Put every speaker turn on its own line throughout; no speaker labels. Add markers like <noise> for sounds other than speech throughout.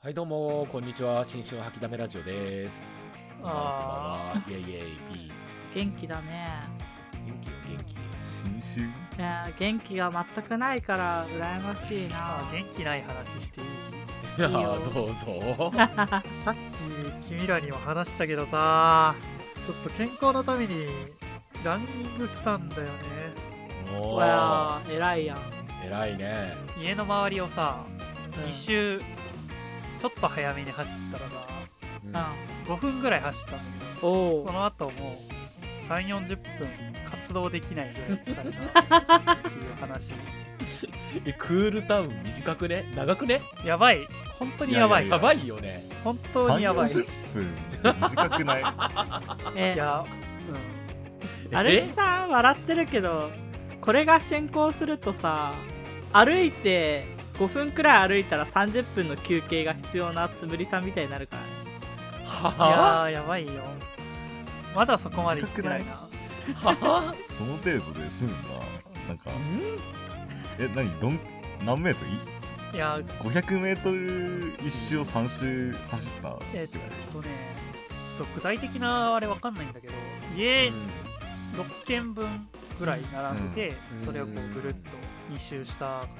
はいどうもこんにちは新春吐きだめラジオです
あ
こんばんはイエイイエイピース
元気だね
元気よ元気
新春
いやー元気が全くないから羨ましい
あ
な
元気ない話していい
いや
いいよ
ーどうぞ
さっき君らにも話したけどさちょっと健康のためにランニングしたんだよね
お
わ
ー
あ偉いやん
偉いね
家の周りをさ
うん
一周ちょっと早めに走ったらさ
うん
う
5分ぐらい走ったんだ
んお
けど
お
その後もう3 4 0分活動できないぐらい疲れたっていう話
えクールタウン短くね長くね
やばい本当にやばい
い
やばいよね
本当にやばい
340分短くない
え
いや、
歩きさん笑ってるけどこれが進行するとさ歩いて5分くらい歩いたら30分の休憩が必要なつむりさんみたいになるからね
え
うん、い
は
やーやばいよまだそこまで行ってないな
ぁは
その程度で済むななん
ぁ
か
ん
え何どん何メートルい
いや
500m 一周を3周走ったぐら
え
い
っとねちょっと具体的なあれわかんないんだけど家6軒分ぐらい並んでて、
うん
それをこ
うん
うぐるっと2周したからどれ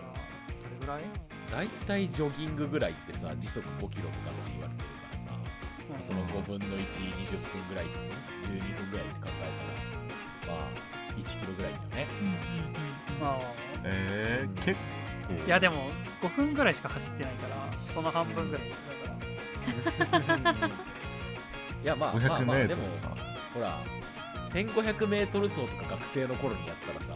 ぐらい、
だいたいジョギングぐらいってさ時速5キロとかって言われてるからさ
うん
その5分の120分ぐらい12分ぐらいって考えたらまあ1キロぐらいだよね
ま
えー、結構
あいやでも5分ぐらいしか走ってないからその半分ぐらいだから
いやまあまあまあ
500m
でも
か
ほら 1500m 走とか学生の頃にやったらさ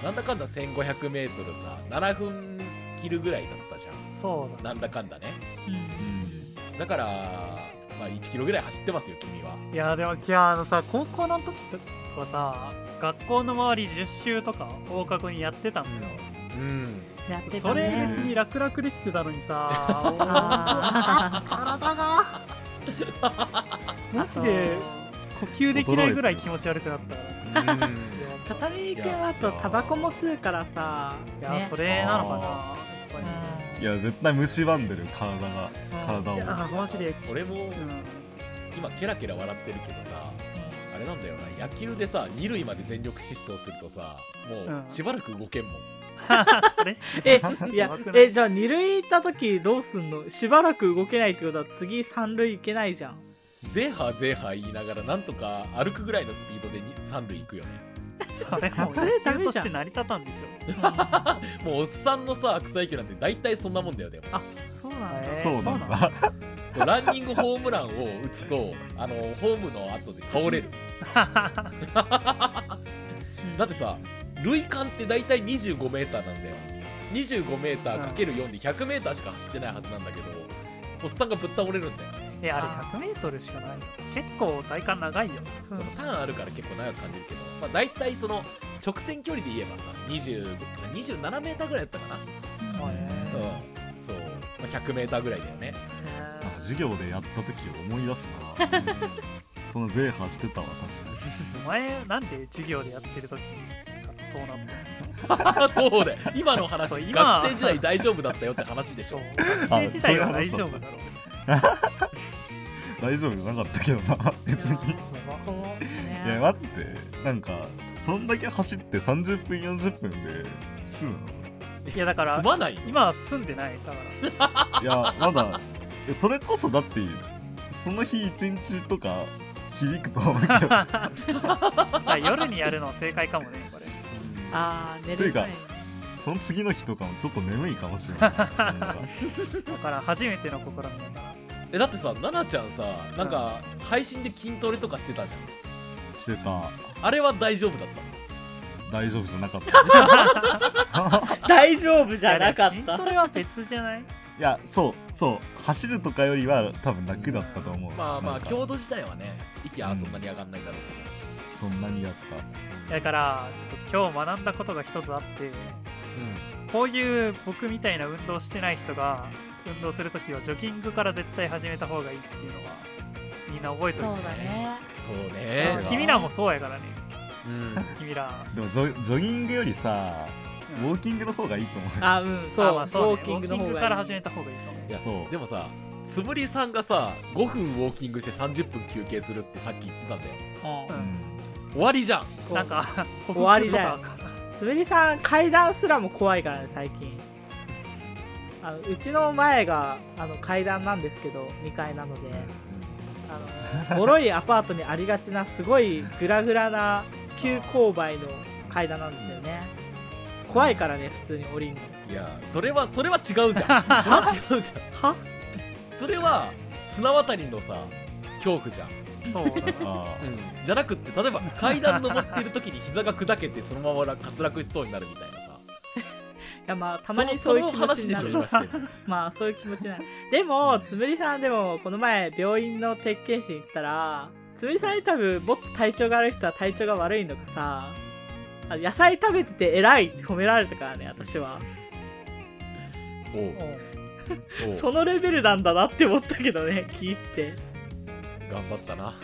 う
なんだかんだ 1500m さ7分切るぐらいだったじゃん
ん、そうだ
なんだかんだね
う
うん
だからまあ1キロぐらい走ってますよ君はい
やでもじゃああのさ高校の時とかさ学校の周り10周とか放課後にやってたんだよ、
うん
んやってた
それ
ね
別に楽々できてたのにさ
あ
体が <laughs>
ー
マジで呼吸できないぐらい気持ち悪くなったからね
あと畳君はあとタバコも吸うからさ
いや、
ね
それなのかな
あ
やっ
うん
いや絶対蝕んでる体が体
ぱりい
を
やマジで
俺も
<laughs> うん
今ケラケラ笑ってるけどさあれなんだよな野球でさ二塁まで全力疾走するとさも
うん
うしばらく動けんもん、
それ <laughs>
えい
や
や
ばくない
えじゃあ二塁行った時どうすんのしばらく動けないってことは次三塁行けないじゃん
ゼーハーゼーハー言いながらなんとか歩くぐらいのスピードでに三塁行くよね
それもう
それダ
野球
メ
と
じゃ
し
ん
て成り立たんでしょ
もうおっさんのさ草野球なんて大体そんなもんだよでも
あそうなんだ
えー
そうなんだ
そう <laughs> ランニングホームランを打つとあのホームの後で倒れる
<laughs>
だってさ塁間って大体 25m なんだよ 25m×4 で 100m しか走ってないはずなんだけどおっさんがぶっ倒れるんだよ
えあれ 100m しかないよ結構体感長いよ
そのターンあるから結構長く感じるけど、まあ、大体その直線距離で言えばさ20 27m ぐらいだったかな
もうね
うんそう、まあ、100m ぐらいだよね
なんか授業でやった時を思い出すなそのゼーハーしてたわ確か
お前なんで授業でやってる時そうなった
あ <laughs> そうだよ今の話
そう今
学生時代大丈夫だったよって話でし
<laughs>
そう
ょ
学生時代は大丈夫だろう
に大丈夫じゃなかったけどな別に
こうね
いや待ってなんかそんだけ走って30分40分で済む
いやだから
すまないよ
今は住んでないだか
のいやまだえそれこそだってその日一日とか響くと思うけ
<laughs>
ど
らあ夜にやるの正解かもねこれ
あー寝れない
とその次の日とかもちょっと眠いかもしれないなんか
だから初めての試みだから
えだってさ奈々ちゃんさなんか配信で筋トレとかしてたじゃ
してた
んあれは大丈夫だっ
大丈夫じゃなかった
<laughs> 大丈夫じゃなかっ
いやでも
た
筋トレは別じゃない
いやそうそう走るとかよりは多分楽だったと思う
たまあま
な
あ
んか
強度自体はね息はそんなに上がんないだろう
そんなにやっ
だからちょっと今日学んだことが一つあってこういう僕みたいな運動してない人が運動するときはジョギングから絶対始めた方がいいっていうのはみんな覚えて
そうだね
けど、うん、そう
え
ね
ー
君らもそうやからね
うん
君ら
たでもジョジョギングよりさ
う
ウ
ん
ォーキングの方がいいと思うよ
あうんそう
あまあそうね
ウォーキングの方が
ウォーキ
いい
ングから始めた方がいいかも
いや
そう
でもさつむりさんがさ5分ウォーキングして30分休憩するってさっき言ってたんだよ
うん
終わりじゃん
そう
なん
<laughs>
か、
終わりだよ
ほふくとか
つぶりさん階段すらも怖いからね最近あのうちの前があの階段なんですけど2階なのであのボロいアパートにありがちなすごいグラグラな急勾配の階段なんですよね怖いからね普通に降りるの
いやそれはそれは
<laughs>
違うじゃんそれは違うじゃ
は
んそれは綱渡りのさ恐怖じゃん、
なそうだな
あー
じゃなくって例えば階段登ってる時に膝が砕けてそのままら滑落しそうになるみたいなさ
いやまあたまに
そ
そう
の
い
そうの
気持
話
ちに
で
な
しょ
る
今してる
<laughs> まあそういう気持ちなのでもつむりさんでもこの前病院の鉄拳士に行ったらつむりさんに多分もっと体調が悪い人は体調が悪いのかさあ野菜食べてて偉いって褒められたからね私は
おうおう
そのレベルなんだなって思ったけどね聞いて
頑張ったな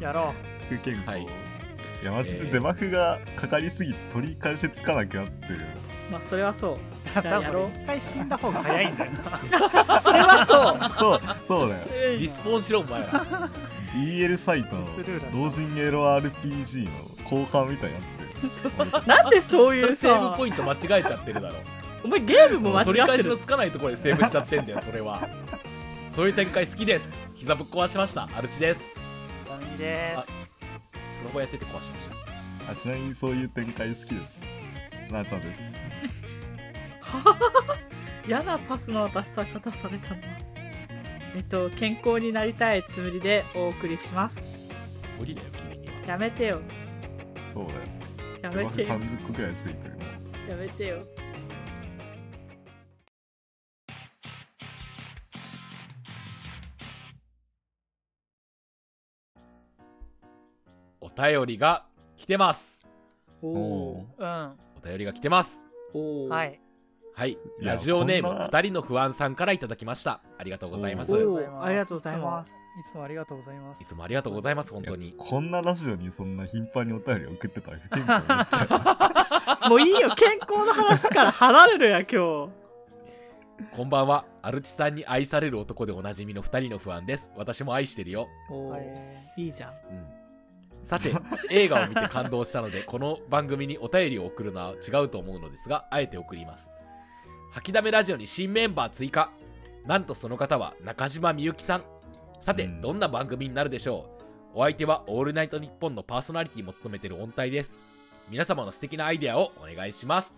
やろ
不健康、
はい
い、やマジで
えー
デバフがかかりすぎて取り返しつかなくなって
<laughs>
る
まあそれはそう
う。
じ <laughs> ゃあやろう
一回死んだ方が早いんだよ
<laughs>
な。
それはそ
そうそうだよ
う
リスポーンしろお前
<laughs>
ら
DL サイトの
ミスルーラー
同人エロ RPG の後半みたいになってる
なんでそう
そ
い
れ
う
セーブ
さ
ポイント間違えちゃってるだろ
お前ゲームも間
取り
違っ
返
て
しの
る
つかないところでセーブしちゃってんだよそれはそういう展開好きです膝ぶっ壊しましたアルチです
ダメで
スノボやってて壊しました
あちなみにそういう展開好きですなあちゃんです
嫌なパスの渡し方されたなえっと健康になりたいつむりでお送りします
無理だよ君には
やめてよ
そうだよ
や
デ
め
バフ
てよ
30個くらいついてる
やめてよ
お便りが来てます
お
お
お
ー
す。うん。
お便りが来てます
おー
はい。。
はい
いや
ラジオネーム
こんな
二人の不安さんからいただきましたありがとうございます
お
い
ーありがとうございます
いつもありがとうございます。
つもありがとうございます本当
い
に
やこんなラジオにそんな頻繁にお便り送ってたら不健康になっちゃう
もういいよ健康の話から離れるや今
こんばんはアルチさんに愛される男でおなじみの二人の不安です私も愛してるよ
日おー
はい
いいじゃん
うんさ
<laughs>
て映画を見て感動したのでこの番組にお便りを送るのは違うと思うのですがあえて送ります吐きだめラジオに新メンバー追加なんとその方は中島みゆきさんさて
うん
どんな番組になるでしょうお相手は「オールナイトニッポン」のパーソナリティも務めてる音体です皆様の素敵なアイデアをお願いします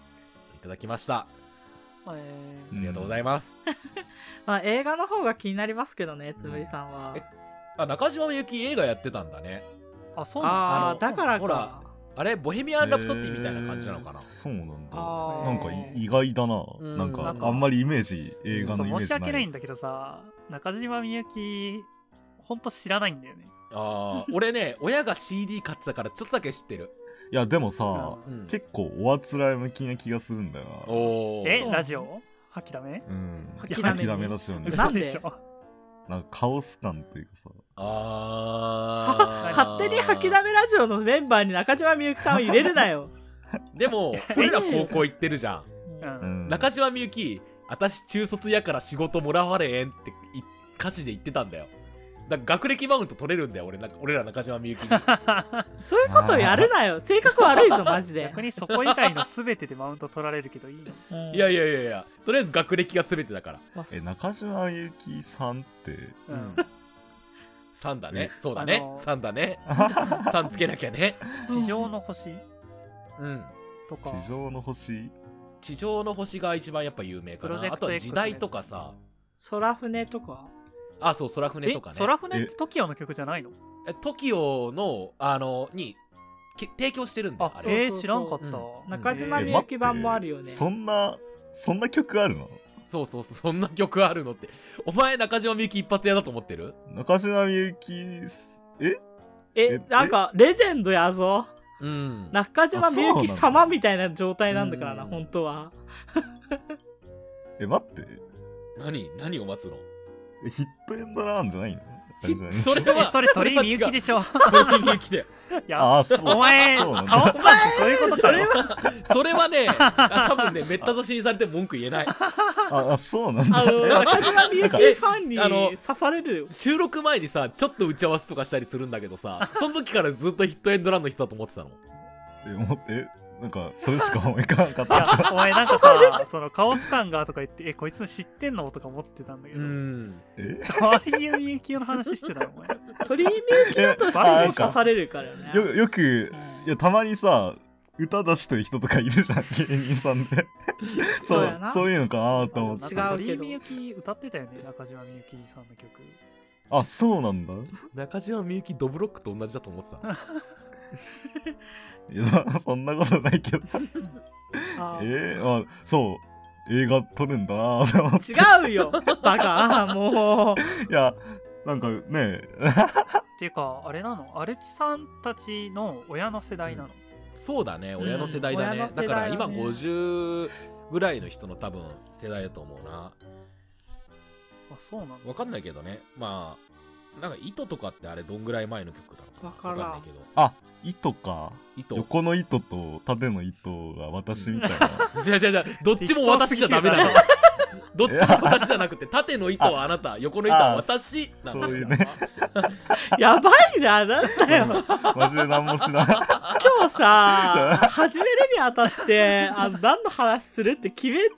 いただきましたあ
え
う
ー
ん
りがとうございます、
まあ映画の方が気になりますけどねつむりさんは
えあ中島みゆき映画やってたんだね
あ、そうなの
あ
あ
の
あだから
ほら
か
あれボヘミアン・ラプソディみたいな感じなのかな、
えーそうなんだ
あ
なんかい意外だな、
うん
なんか
なんか
あんまりイメージ映画
そ
の
う
イメー
申
ジ
し
ない
訳ないんだけどさ、中島みゆき、ほんと知らないんだよね。
ああ、俺ね、親が CD 買ってたからちょっとだけ知ってる。
いやでもさ、
うん、
結構おあつらい向きな気がするんだよな
おー
え、
そう
ラジオ吐きだめ
うん
諦める
諦めだしよね
な
嘘
んで
でしょ。
なんかカオス感というかさ
あー
勝手に吐きだめラジオのメンバーに中島みゆきさんを入れるなよ
でも、俺ら高校行ってるじゃ
<laughs> うんん。
ん。中島みゆき、私中卒やから仕事もらわれへんってい歌詞で言ってたんだよ。だから学歴マウント取れるんだよ、俺な俺ら中島みゆきに。
そういうことをやるなよ性格悪いぞマジで
逆にそこ以外の全てでマウント取られるけどいいの
うん
いやいやいやいや、とりあえず学歴が全てだから。
まあそ
え中島みゆきさんって
う
うん
ん。
3だね。そうだね
あ。のー
3だね。3つけなきゃね。
地上の星
うん。
とか。
地上の星
地上の星が一番やっぱ有名か
プロジェ
な。あ
ク
と
ト X の
は
やつ
時代とかさ。
空船とか
あ、そう、空船
え
とかね。
空船って TOKIO の曲じゃないの
え TOKIO のあのにき提供してるんだよ
あ
あ、れ
えー、知らんかった。
うん
中島
えー
みゆき版もあるよね、
そんなそんな曲あるの
そうそうそうそんな曲あるのってお前中島みゆき一発屋だと思ってる
中島みゆきすえ
え
え
なんかレジェンドやぞ
うん
中島みゆき様みたいな状態なんだからな
うん
本当は
え待って
何何を待つの
<laughs>
えヒットエンドランじゃないの感じだね。
それは
えそれ鳥居みゆきで
し
しょ
鳥居みゆきで
いや
ああ、そう。
お前
そう
カ
な
オ
ん
ス
だ
パンってそういうことかよ
それはね多分ねめった刺しにされても文句言えない
あ、あそうなんだ。
あ
<laughs>
の中島みゆきファンに
えあの
刺される
収録前にさちょっと打ち合わせとかしたりするんだけどさその時からずっとヒットエンドランの人だと思ってたの
え、思って、なんか、それしか思い浮かばなかっ
いや
た。
お前なんかさそのカオス感がとか言ってえこいつ知ってんのとか思ってたんだけ
う
ど
ん
え
鳥居みゆきの話してたよお前
鳥居みゆき
え
だとしても
あなん
刺
か
されるからね
よよく、いや、たまにさ、歌出してる人とかいるじゃん、芸人さん
<laughs>
で。
そ
そう
や
う
な、
そういうのかなと思っ
違
て
うけど。
鳥居みゆき歌ってたよね中島みゆきさんの曲
あ、そうなんだ。
中島みゆきドブロックと同じだと思ってたの
いや、 <laughs> そんなことないけど。
あ
えー、まあ、そう。映画撮るんだなと思って。
違うよバカもう
いや、なんかね、
っていうかあれなのアルチさんたちの親の世代なの、
そうだね
ん
親の世代だね、
親の世
だ
代
か
だ
ら
ね
今50ぐらいの人の多分世代だと思うな
あそうなんだ
わかんないけどねまあなんか糸とかってあれどんぐらい前の曲なのかな
わからん
わかんないけど
あ、糸か。
糸
横の糸と縦の糸が私みたいな。
違う違う違うどっちも私じゃダメなのよ <laughs> どっちも私じゃなくて縦の糸はあなた横の糸は私なんだ
そういうね
やばいななんだ
<laughs>
よ
マジで何も知ら
<laughs>
ない。
今日さ始めるにあたってあの何の話するって決めて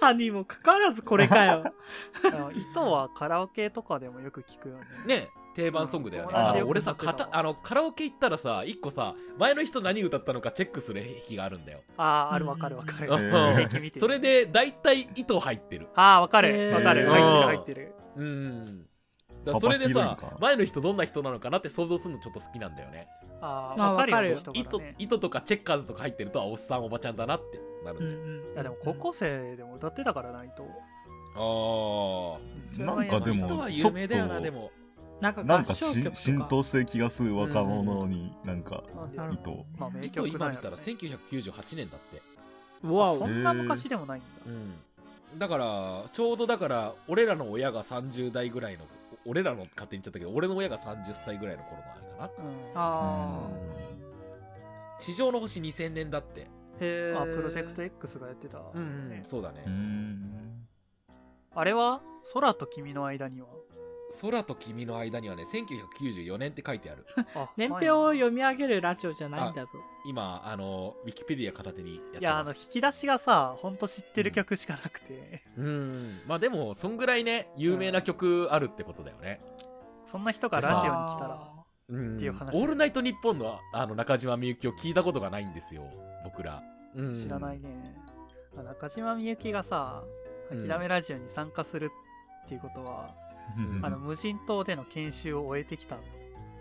たにもかかわらずこれかよ
あ糸はカラオケとかでもよく聞くよね
ね定番ソングだよね
うん
あの
あー
俺さ
よく
か
歌ってた
たあのカラオケ行ったらさ一個さ前の人何歌ったのかチェックする癖があるんだよ
あああるわかるわかる
うん
平気見てる
それで大体糸入ってる
ああわか
え
る
ー
わかる入ってる
うんだからそれでさ
幅広いんか
前の人どんな人なのかなって想像するのちょっと好きなんだよね
入ってるあ
ま
あ
あ
わかるよ
わかるよ
そういう
糸
人からね
糸とかチェッカーズとか入ってるとあおっさんおばちゃんだなってなるんだよ、
いやでも高校生でも歌ってたからな糸
あ
なんか
あ
でも
糸は有名だよなでも
なんか
なん
合
か
唱曲
し
とか
浸透してる気がする若者に、なんか、
なんで
なるほ
糸。
まあ名
糸
曲
今
なん
見
や
た
ろ
ら
ね
1998年だって
うわ
あそ
お
んな昔でもないんだ
うん、だからちょうどだから俺らの親が30代ぐらいの俺らの勝手に言っちゃったけど俺の親が30歳ぐらいの頃のあれかな
うんあ
あ
うん
地上の星2000年だって
ーへえ
プロジェクト X がやってたよね
そうだね、
うーん。
あれは空と君の間には
空と君の間にはね1994年って書いてあ
<laughs>
る
あ
年表を読み上げるラジオじゃないんだぞ
今あのウィキペディア片手にやってます
いやあの引き出しがさほんと知ってる曲しかなくて、
うんまあでもそんぐらいね有名な曲あるってことだよね、
そんな人がラジオに来たら
うん
っていう話
オールナイトニッポンのあの中島みゆきを聞いたことがないんですよ僕ら、うん
知らないね、中島みゆきがさ「
うん
諦めラジオ」に参加するっていうことは、
うん
あの無人島での研修を終えてきた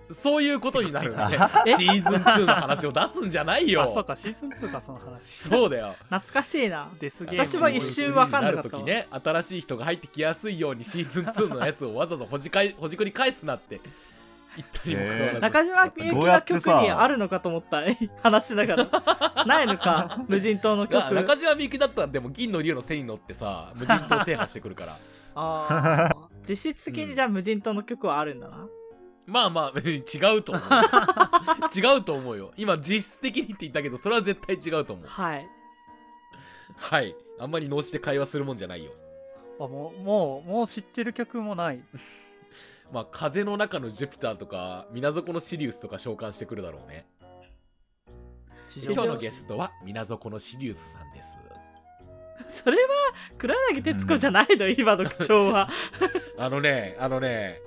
そういうことになるよ
<laughs>
ね。シーズン2の話を出すんじゃないよ。
あそうかシーズン2かその話
そうだよ。
懐かしいな
デスゲーム
私も一瞬わかんなかった
シーズン3
わ
にるときね、新しい人が入ってきやすいようにシーズン2のやつをわざとほじかいほじくり返すなって言ったにもかかわらず。
中島みゆき
どうや
の
って
曲
さ
にあるのかと思った話しなが
<laughs>
らないのか無人 <laughs> 島の曲
あ中島みゆきだったらでも銀の竜の背に乗ってさ無人島制覇してくるから
あ
<laughs>
ー実質的にじゃあ無人島の曲はあるんだな、
まあまあ別に違うと思う違うと思うよ今実質的にって言ったけどそれは絶対違うと思う
はい
はいあんまり脳死で会話するもんじゃないよ
あもうもうもう知ってる曲もない
まあ風の中のジュピターとか水底のシリウスとか召喚してくるだろうね
地
今
上
日のゲストは水底のシリウスさんです
それは黒柳徹子じゃないの、今の口調は
あのねあのね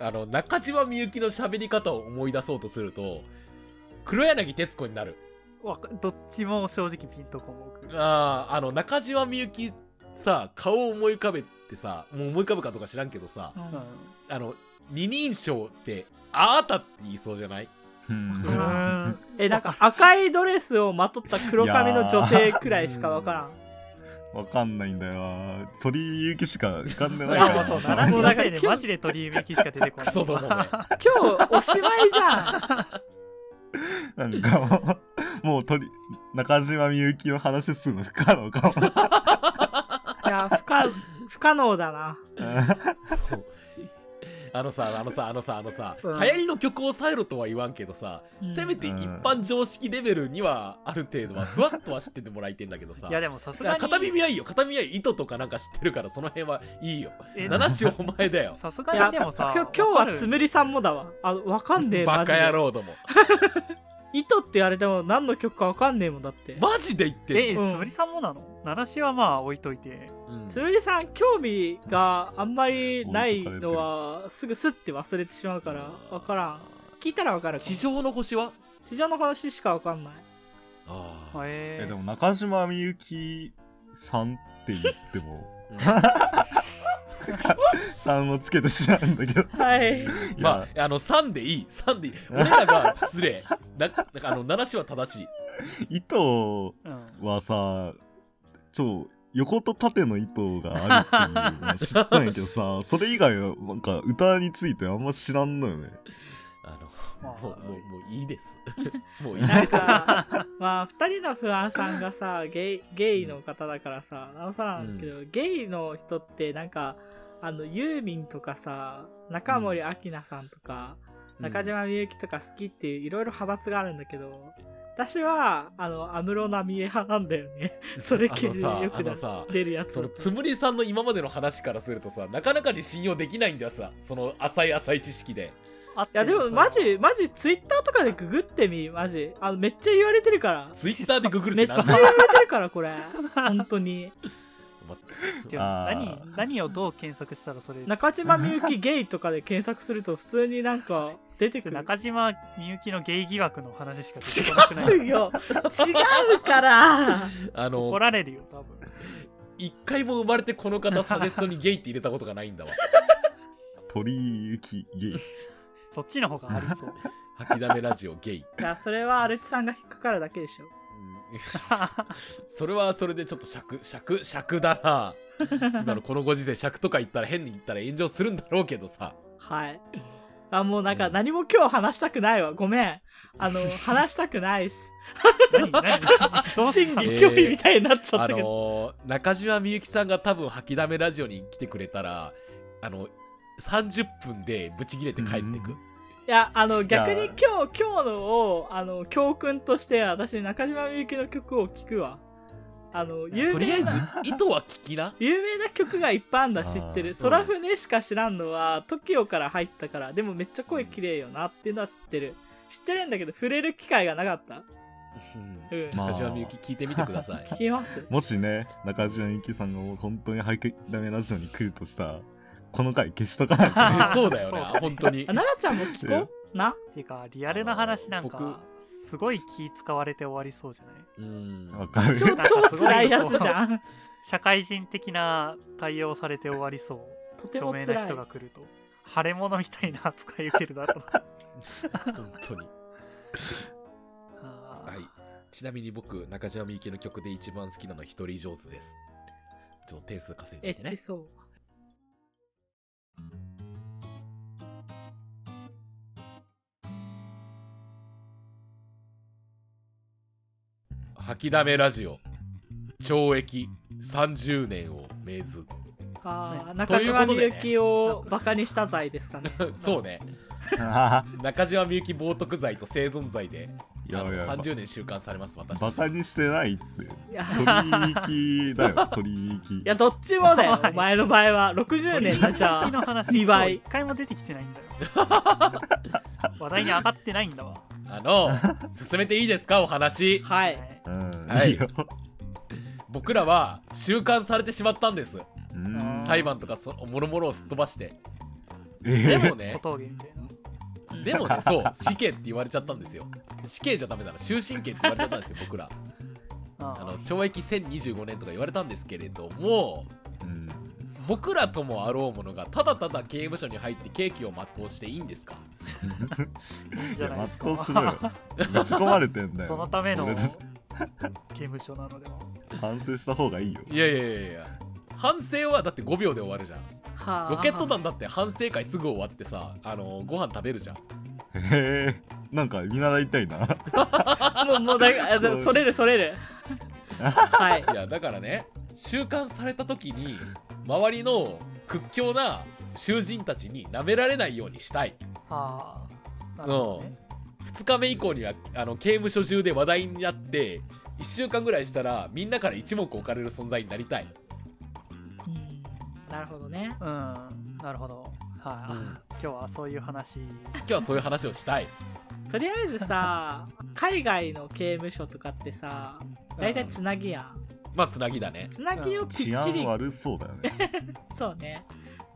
あの中島みゆきの喋り方を思い出そうとすると黒柳徹子になる
わかどっちも正直ピンとこもく
あーあの中島みゆきさ顔を思い浮かべてさもう思い浮かぶかとか知らんけどさ
うん
うん
あの二人称ってあーたって言いそうじゃない
うん
うーん
えなんか赤いドレスをまとった黒髪の女性くらいしかわからん
<laughs> わかんないんだよな。鳥居みゆきしか浮かんでない
あ
か
まあ
ら。
そう
な
70歳でマジで鳥居みゆきしか出てこな
ク
い
ソどもめ
今日おしまいじゃ
なんかもう、 <laughs> もう鳥、中島みゆきの話するの不可能
<laughs>
かも。
んいや不可不可能だな
そうあのさあのさあのさあのさ、
<laughs> うん
流行りの曲を抑えろとは言わんけどさ、
うん
せめて一般常識レベルにはある程度はふわっとは知っててもらいてんだけどさ
いやでもさす
だか
が
ら
に
片耳はいいよ片耳はいい糸とかなんか知ってるからその辺はいいよ
え
七種お前だよ
さすが
い
に
や
でもさ
今日今
わ
日
か
は
る
つむりさんもだわあわかんねえ
バ
マジで
カ野郎ども
糸って言われても何の曲かわかんねえもんだって、
マジで言って
え
ん
つ
の、
うん
むりさんもなの七しはまあ置いといて
うん
つむりさん興味があんまりないのはすぐスッて忘れてしまうからわからん聞いたらわかるかも
地上の星は
地上の話しかわかんない
ああ、
えー
えでも中島みゆきさんって言っても
<laughs>
<laughs>
うん
さんをつけてしまうんだけど
はい
い
ま
や
ああの3でいい3でいい俺らが失礼ななんかあの七種は正しい
糸
うん
はさ超横と縦の糸があるっていうのは知ったんやけどさそれ以外はなんか歌についてあんま知らんのよね
あの
ま
も
あ
うもうもういいです
<laughs>
もういいです
なんかまあ2人の不安さんがさゲイゲイの方だからさなおさらなんだけど、ゲイの人ってなんかあのユーミンとかさ中森明菜さんとか、中島みゆきとか好きっていういろいろ派閥があるんだけど私はあの安室奈美恵派なんだよね <laughs> それ系でよ
あ
く
のさあのさ
出るやつ
そのつむりさんの今までの話からするとさなかなかに信用できないんだよさその浅い浅い知識で
合って
いや
る
でもマジマジツイッターとかでググってみマジあのめっちゃ言われてるから
ツイッターでググるっ
め
て
っちゃ
何
<laughs> 言
だ
わ
よ
れてるからこれ本当に
でも何
あー
何をどう検索したらそれ
<laughs> 中島みゆきゲイとかで検索すると普通になんか出てくる
中島みゆきのゲイ疑惑の話しか出てこなくない
違うよ違うから <laughs>
あ
怒
の
られるよ多分
一回も生まれてこの方サジェストにゲイって入れたことがないんだわ
鳥居ゆきゲイ
そっちの方があり
<laughs>
そう
吐きだめラジオゲイ
いやそれはアルチさんが引っかかるだけでしょ
うん <laughs> それはそれでちょっと尺尺尺だな今のこのご時世尺とか言ったら変に言ったら炎上するんだろうけどさ
はいあもうなんか何も今日話したくないわごめんあの話したくないっす
何何どうした
真
の
え
理
ー
興味みたいになっちゃっ
あ
たけど、
のー中島みゆきさんが多分吐きだめラジオに来てくれたらあの30分でブチギレて帰ってく、
いやあの逆に
いや
今日今日のをあの教訓として私中島みゆきの曲を聴くわあの有
とりあ
名
え
<laughs> な
ず糸は聞きな
有名な曲がいっぱいあんだ知って
あ
る
ー
空船しか知らんのは TOKIO から入ったからでもめっちゃ声綺麗よなっていうのは知ってる知ってるんだけど触れる機会がなかった
うん
うん、
まあ
中島みゆき聞いてみてください
聞きます
もしね中島みゆきさんがもう本当にハイクダメラジオに来るとしたらこの回消しとかないと
え <laughs> そうだよね
そう
本当に
あ奈々ちゃんも聞こうな
っていうかリアルな話なん
あの
かすごい気使われて終わりそうじゃない
うん
わかる
超
なんかすごい
超辛いやつじゃん
社会人的な対応されて終わりそう
とて
著
も
名
辛
ない人が来ると腫れ物みたいな扱い受けるだろうな
本当に
あー
はいちなみに僕中島みゆきの曲で一番好きなの一人上手ですちょっと点数稼いで
エ
いて
ッチ
ね
そう
吐きだめラジオ懲役30年を命
<laughs>
ず
あー
ね
中島
と
み
いう
ゆ
ことで
きをバカにした罪ですかね
そうね
<laughs>
中島みゆき冒涜罪と生存罪で
いやいや
あの30年収監されます私
バ
たち
カにしてないって
いや
鳥居ゆきだよ鳥居ゆき
いやどっちもだよお前の場合は60年だじゃ
鳥
あ
の話
<laughs> 二倍
一回も出てきてないん
<laughs>
だよ話題に上がってないんだわ
あの進めていいですかお話
はい
うん、、
はいい
いよ、
僕らは収監されてしまったんです
うん、
裁判とかそもろもろをすっ飛ばしてで
え
も
小
<laughs>
ね
峠みたいな
でもねそう死刑って言われちゃったんですよ死刑じゃダメだな終身刑って言われちゃったんですよ僕ら
あ
あ
ー
の懲役1025年とか言われたんですけれども
うん
僕らともあろうものがただただ刑務所に入って刑期を全うしていいんですか
いいん
い
じゃ
や
ないですか
全うしろよぶち込まれてんだ
<laughs>
よ
そのための
俺
刑
たち
務所なのでも
反省した方がいいよ
いやいやいやいや反省はだって5秒で終わるじゃん
はあ
ロケット団だって反省会すぐ終わってさあのご飯食べるじゃん
へえなんか見習いたいな
もう、もうだから、
そう
それる、それる。はい。
<laughs> いやだからね収監された時に周りの屈強な囚人たちに舐められないようにしたい
ああなるほどね
2日目以降にはあの刑務所中で話題になって1週間ぐらいしたらみんなから一目置かれる存在になりたい
うんなるほどね
うんなるほどはい、
うん
今日はそういう話
今日はそういう話をしたい <laughs>
とりあえずさ海外の刑務所とかってさ大体つなぎやん
まあつなぎだね
つなぎをぴっち
治安
り
悪そうだよね。
そうね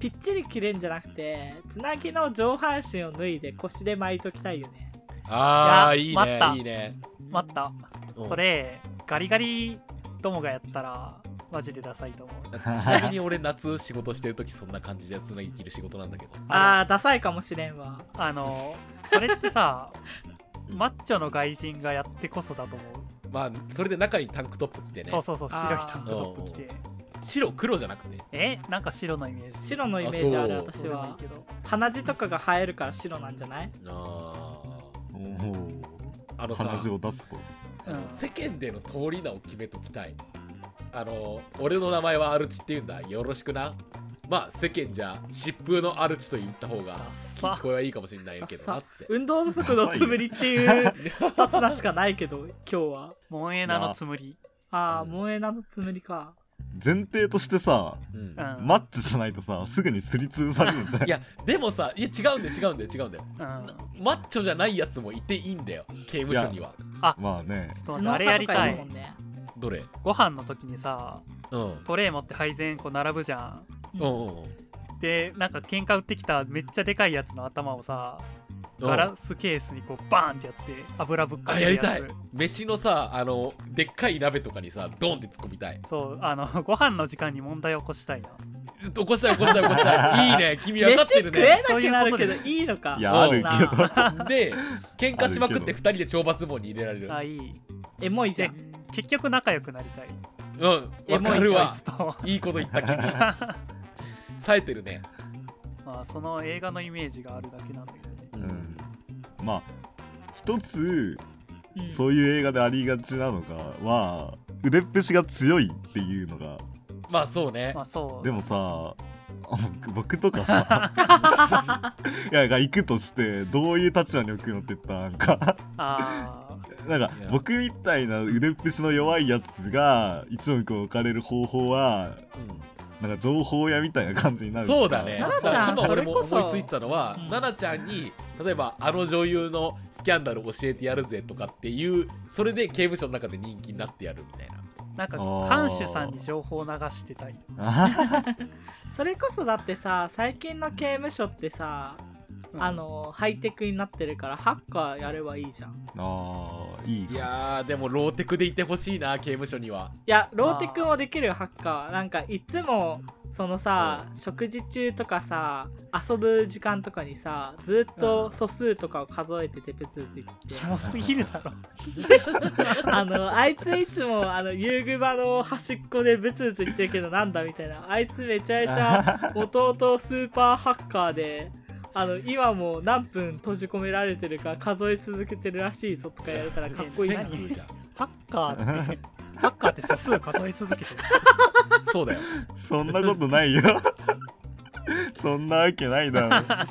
ぴっちり切れんじゃなくてつなぎの上半身を脱いで腰で巻いときたいよね
ああ
い
い
や
い
待った
ねいいね
待った
うん
それガリガリどもがやったらマジでダサいと思う
ちなみに俺夏仕事してる時そんな感じでつなぎ切る仕事なんだけど
あーダサいかもしれんわ
あのそれっ
<laughs>
てさマッチョの外人がやってこそだと思う、
まあそれで中にタンクトップ着てね
そうそうそう白い
あー
タンクトップ着て
白黒じゃなくて
えなんか白のイメージ
白のイメージある
あそう
どうでも
私
いい
は
けど
鼻血とかが生えるから白なんじゃない
あ
お <laughs> ー
ーあのさ
話を出すと。
あ
う
の
ん
世間での通り名を決めときたいあの俺の名前はアルチっていうんだよろしくなまあ世間じゃ疾風のアルチと言った方が
ダサ
聞こえはいいかもしれないけどな
さ
って
運動不足のつむりっていう二つなしかないけど今日は
モンエナのつむり、
ああ萌えなのつむりか
前提としてさ、
うん
うん
マッチじゃないとさ、すぐにすりつぶされるんじゃ <laughs> ない
いやでもさいや違うんだよ違うんだよ違うんだよ
うん、
マッチョじゃないやつもいていいんだよ刑務所には
まあね。
ちょっと待って
地の
あれやりた
葉とかる
い
もんね
どれ
ご飯の時にさ
うんうん
トレイ持って配膳こう並ぶじゃ
うんうん
んでなんか喧嘩売ってきためっちゃでかいやつの頭をさガラスケースにこうバーンってやって油ぶっか
あ
け
や
る
り
やつ
たい飯のさあのでっかい鍋とかにさドンって突っ込みたい
そうあの <laughs> ご飯の時間に問題を起こしたいな
起こしたい起こしたい起こしたいいいね君分かって
飯
る
食え
ね
なくなるけ
そうい
ど
うこと
いいのか
いや、あ
うん
るけど。
で喧嘩しまくって
あるけ
2
ど
人で懲罰棒に入れられる
あいい
<laughs> エモいじゃん
結局仲良くなりたい
うんわか
エモい
る
あ
わ
いつと <laughs>
いいこと言った君冴えてるね
まあその映画のイメージがあるだけなんだけどね
う
うんまあ、一つ、
うん
そういう映画でありがちなのがは、腕っぷしが強いっていうのが、
まあそうね
まあそう
でもさ、 <laughs> 僕僕とかさ、
<laughs>
いや、が行くとして、どういう立場に置くのって言ったら、なんか、 <laughs>
あ
なんか
いや
僕みたいな腕っぷしの弱いやつが一目置かれる方法はなんか情報屋みたいな感じになるしか
そうだ
<laughs>
ね
奈々ちゃん
今俺も
それ
思
こ
い
そ
ついてたのは
うん
奈々ちゃんに例えばあの女優のスキャンダル教えてやるぜとかっていうそれで刑務所の中で人気になってやるみたいな
<laughs>
ーなんか
あー
看守さんに情報を流してたい、
あ
それこそだってさ最近の刑務所ってさ、
うん
あのハイテクになってるからハッカーやればいいじゃん
あーいい
い
か
やーでもローテクでいてほしいな刑務所にはい
やローテクもできるよハッカーなんかいつもそのさ食事中とかさ遊ぶ時間とかにさずっと素数とかを数えててプツプツ言って
キモすぎるだ
<laughs>
ろ
<laughs> あのあいついつもあの遊具場の端っこでブツブツ言ってるけどなんだみたいなあいつめちゃめち <laughs> ゃ弟スーパーハッカーであの今も何分閉じ込められてるか数え続けてるらしいぞとかやれたらかっこいいじゃ
セ
ん
ンブじゃん
ハッカーってハッカーって素数数え続けてる
そうだよ
そんなことないよそんなわけないだろ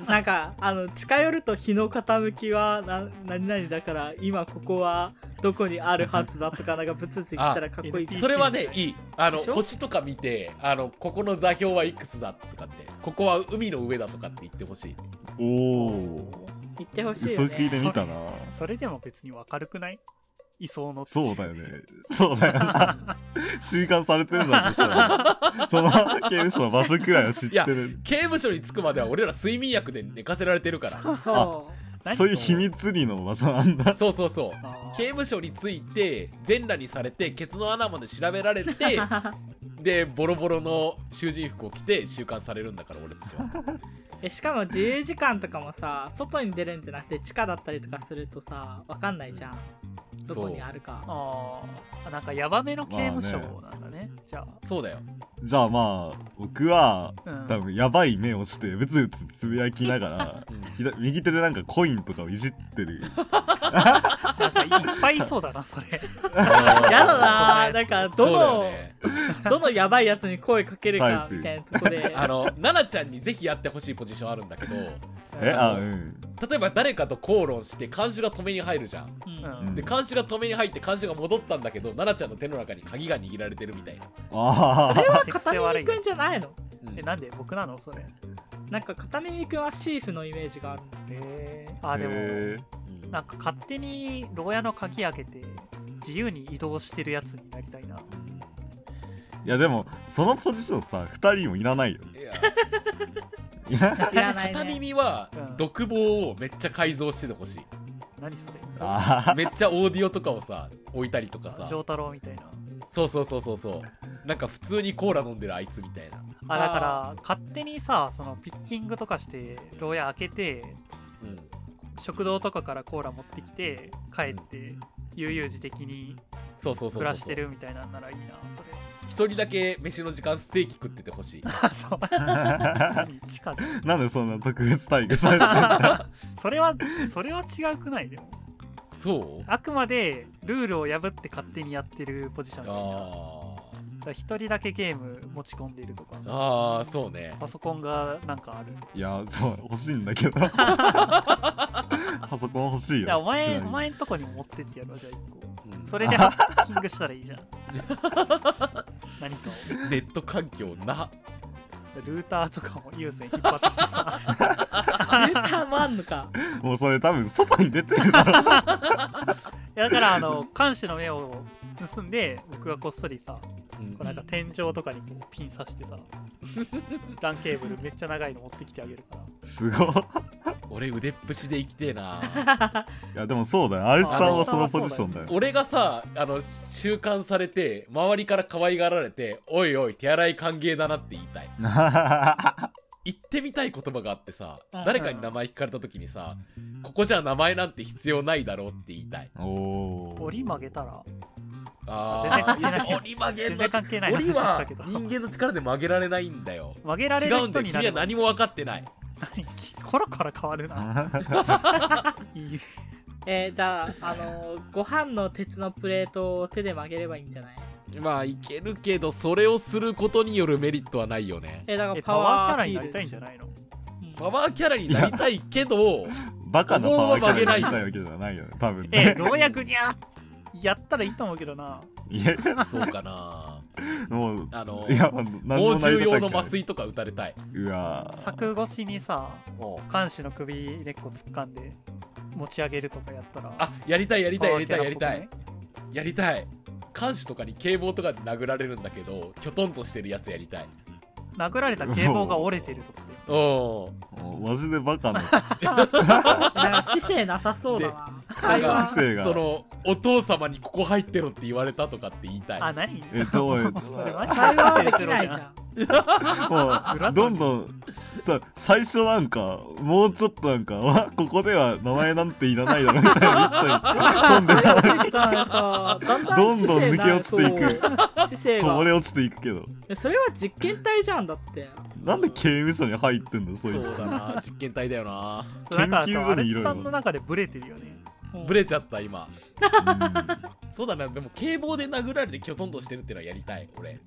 なんかあの近寄ると日の傾きはな何々だから今ここはどこにあるはずだとかなんかブツブツ言ったらかっこいいじゃん
それはねいいあの
でしょ
星とか見てあのここの座標はいくつだとかってここは海の上だとかって言ってほしい
おお
言ってほしい
嘘
よ
食い
ね
で見たな
それでも別に明るくないいそうの
そうだよねそうだよな習慣されてるんだとしたらその刑務所の場所くらいは知ってる
刑務所に着くまでは俺ら睡眠薬で寝かせられてるから
そう
何
そういう秘密裏の場所なんだ
そうそうそう
あー
刑務所について全裸にされてケツの穴まで調べられ
<laughs>
てでボロボロの囚人服を着て収監されるんだから俺たちは
えしかも自由時間とかもさ外に出るんじゃなくて地下だったりとかするとさわかんないじゃんどこにあるか
あーなんかヤバめの刑務所なんだね,、じゃあ
そうだよ
じゃあまあ僕は
うん
多分やばい目をしてぶつぶつつぶやきながら
うん
左右手でなんかコインとかをいじってる
なんかいっぱいいそうだなそれ
や
そ
だなー
う
なんかど
そうだよ
の、
ね
どのやばいやつに声かけるか
タイプ
みたいなとこで
あの奈々ちゃんにぜひやってほしいポジションあるんだけど
う
え
ん
あうん
例えば誰かと口論して監修が止めに入るじゃん
うん
うん
で監修が止めに入って監修が戻ったんだけど奈々ちゃんの手の中に鍵が握られてるみたいな、
ああ
片耳くんじゃないの
うん
えなんで僕なのそれ
なんか片耳くんはシーフのイメージがあるの
えー、 <laughs> あでも
へ
うん
なんか勝手に牢屋の鍵開けて自由に移動してるやつになりたいな
ーいやでもそのポジションさ2人もいらないよ
い
<laughs>
や
いや
いらない
片
ね
耳は
うん
独房をめっちゃ改造しててほしい
何それ
<laughs> あ
めっちゃオーディオとかをさ置いたりとかさ
丈太郎みたいな
そうそうそうそうそうなんか普通にコーラ飲んでるあいつみたいな、
あだから勝手にさそのピッキングとかして牢屋開けて
うん、
食堂とかからコーラ持ってきて帰って悠々自適に
そうそうそうそう
暮らしてるみたいなんならいいなそれ
<laughs> 一人だけ飯の時間ステーキ食っててほしい
あそう
あ
何地
<laughs>
下じゃん
なんでそんな特別待遇さ
<laughs>
れてんだ
それはそれは違くないでも <laughs>
そう
あくまでルールを破って勝手にやってるポジションだよな
あ
だから一人だけゲーム持ち込んでるとか
ーあーそうね
パソコンがなんかある
いやそう欲しいんだけどパソコン欲しい
いや
よ
お前
ちなみ
お
に
前んとこにも持ってってやろうじゃあ一個
うん
それでハッキングしたらいいじゃん何かを
ネット環境な
ルーターとかも有線引っ張ってきてさ
ルーター <laughs> もあんのか
もうそれ多分外に出てるだろ
いやだからあの監視の目を盗んで僕がこっそりさ
うん
こうなんか天井とかにこうピン刺してさランケーブルめっちゃ長いの持ってきてあげるから
すごい
俺腕っぷしで生きてえな
いやでもそうだよアイスさんはそのポジションだよ
俺がさあの習慣されて周りから可愛がられて「おいおい手洗い歓迎だな」って言いたい言ってみたい言葉があってさ
うん
誰かに名前聞かれた時にさ「ここじゃ名前なんて必要ないだろ」うって言いたい
お <laughs> おー
折り曲げたら
あ
全然
ーいやじ
関係ない
ゃあ折り曲げ
全
ん
然
だ
関係ない
折り
話した
は
けど
人間の力で曲げられないんだよ
曲げられ
違
る
うん
人
だよ
にな
君は
るの
何も分かってない
何 <laughs> コロコロ変わるないい
えー、じゃあ、あのーご飯の鉄のプレートを手で曲げればいいんじゃない
まあいけるけどそれをすることによるメリットはないよね
えーだから
え
パ
パ
ワ
ワーキ
ー
ャ
ア
ラ
ピ
にな
ール
りたいんじゃ
い、
ないの
うん
パワーキャラになりたいけ
<laughs>
ど
<laughs> バカなパワーキャラになりたいわけではないよね多分
え
ね
牢屋ぐにゃやったらいいと思うけどない
や
そうかな
もう
あの
いやもう何
猛獣
も成り立た
用
ん
の
から
麻酔とか打たれたいう
わー
柵越しにさ
もう
監視の首根っこ突っかんで持ち上げるとかやったら
あやりたいやりたいやりたいやりたい
パワーキャラっぽ
やりたい監視とかに警棒とかで殴られるんだけどきょとんとしてるやつやりたい
くない殴られた警棒が折れてるとかで
うん
もうマジでバカな
なんか知性なさそうだな。
なん
知
か
性が
<laughs> そのお父様にここ入ってろって言われたとかって言いたい
あ、何
えどういう
<laughs> それマジ
会話は
で
で
先
き
生
な
の
い
じ
じ
ゃ
ゃ
ん
ん。
もうどんどんさ最初なんかもうちょっとなんかわここでは名前なんていらないだろみたいな言ったり飛んでた
だからさ、だんだん
どんどん
知性な
抜け落ちていく
そう
<laughs>
知性
こぼ
が
れ落ちていくけど
えそれは実験体じゃんだって。
なんで刑務所に入ってんだそ
そ
いうつ
だな実験体だよな
なんか
研究
さ、
所
アレ
にい
ック
ろいろ
さんの中でブレてるよね。
ブレちゃった今
うん
そうだなでも警棒で殴られてきょとんとしてるってのはやりたい
<laughs>
俺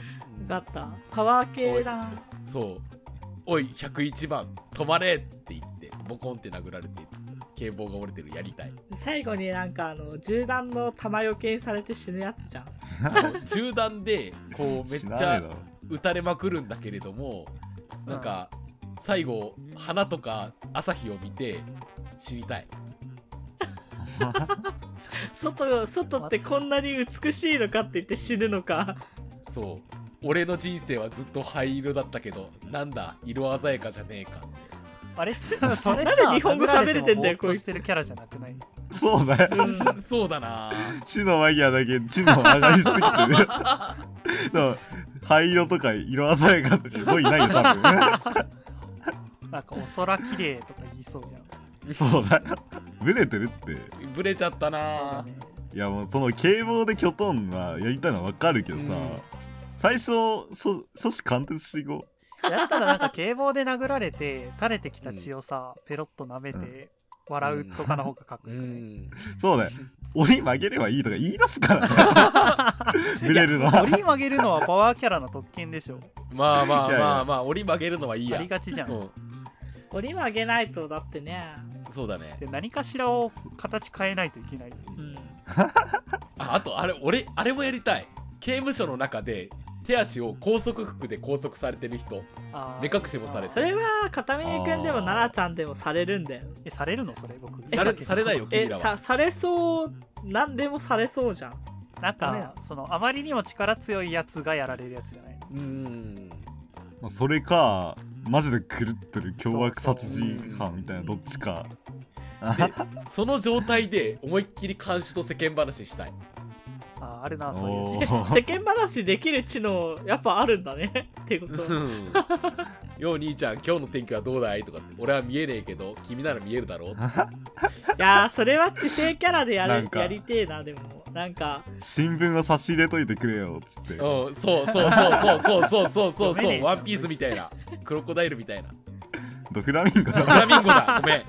うん
だった。パワー系だな。
そう「おい101番止まれ!」って言ってボコンって殴られて警棒が折れてるやりたい
最後になんかあの銃弾の弾よけにされて死ぬやつじゃん。
銃弾でこ
<laughs>
うめっ
知ら
ち
ねえだ
ゃ
ろ
撃たれまくるんだけれどもなんか最後花とか朝日を見て死にたい
外外ってこんなに美しいのかって言って死ぬのか。
そう俺の人生はずっと灰色だったけどなんだ色鮮やかじゃねえか
あれさん、それ
なん
さ、
で日本語喋れてんだよ
こ
こ
い
いつ
してるキャラじゃなくない
そうだよ
うんそうだな
地の間際だけ地の上がりす
<laughs>
ぎてるだから灰色とか色鮮やかとか語彙ないよ多分 <laughs>
なんか、お空綺麗とか言いそうじゃん。
そうだよブレてるって
ブレちゃったなぁ
ね
いやもうその警棒でキョトンはやりたいのはわかるけどさ、
うん
最初初始貫徹していこ
やったらなんか警棒で殴られて垂れてきた血をさ、ペロッと舐めて笑うとかの方がかっこ
う
よくない、
ん
うそ
<laughs>
うだよ折り曲げればいいとか言い出すからね
<laughs>
ブレるのは
折り曲げるのはパワーキャラの特権でしょ
まあまあ
いやいや
まあまあ折り曲げるのはいい
あ
や
りがちじゃん、
うん
折り曲げないとだってね
そうだね
で何かしらを形変えないといけない
うん
ああとあれ俺あれもやりたい刑務所の中で手足を高速服で拘束されてる人
あー
目隠しもされて
それは片峰くんでも
あー
奈々ちゃんでもされるんだよ
えされるのそれ僕
されされないよ
え
君らは
さされそう何でもされそうじゃん
なん
ダメ
か
だ
そのあまりにも力強いやつがやられるやつじゃない
うん
まあそれかマジで狂ってる凶悪殺人犯みたいなどっちか
でその状態で思いっきり監視と世間話したい
あーあるなそういうシー
お
ン
世
ー
間話できる知能やっぱあるんだね <laughs> ってこ
う
<laughs>
と
んよう兄ちゃん今日の天気はどうだいとかって俺は見えねえけど君なら見えるだろう
いやーそれは知性キャラでや
な
る
んか
やりてえなでもなんか
新聞は差し入れといてくれよっつって
うん、そうそうそうそうそうそうそうそう
読めねえじゃん
ワンピースみたいなクロコダイルみたいな
ドフラミンゴ
フ
だ
ラミンゴだごめん
い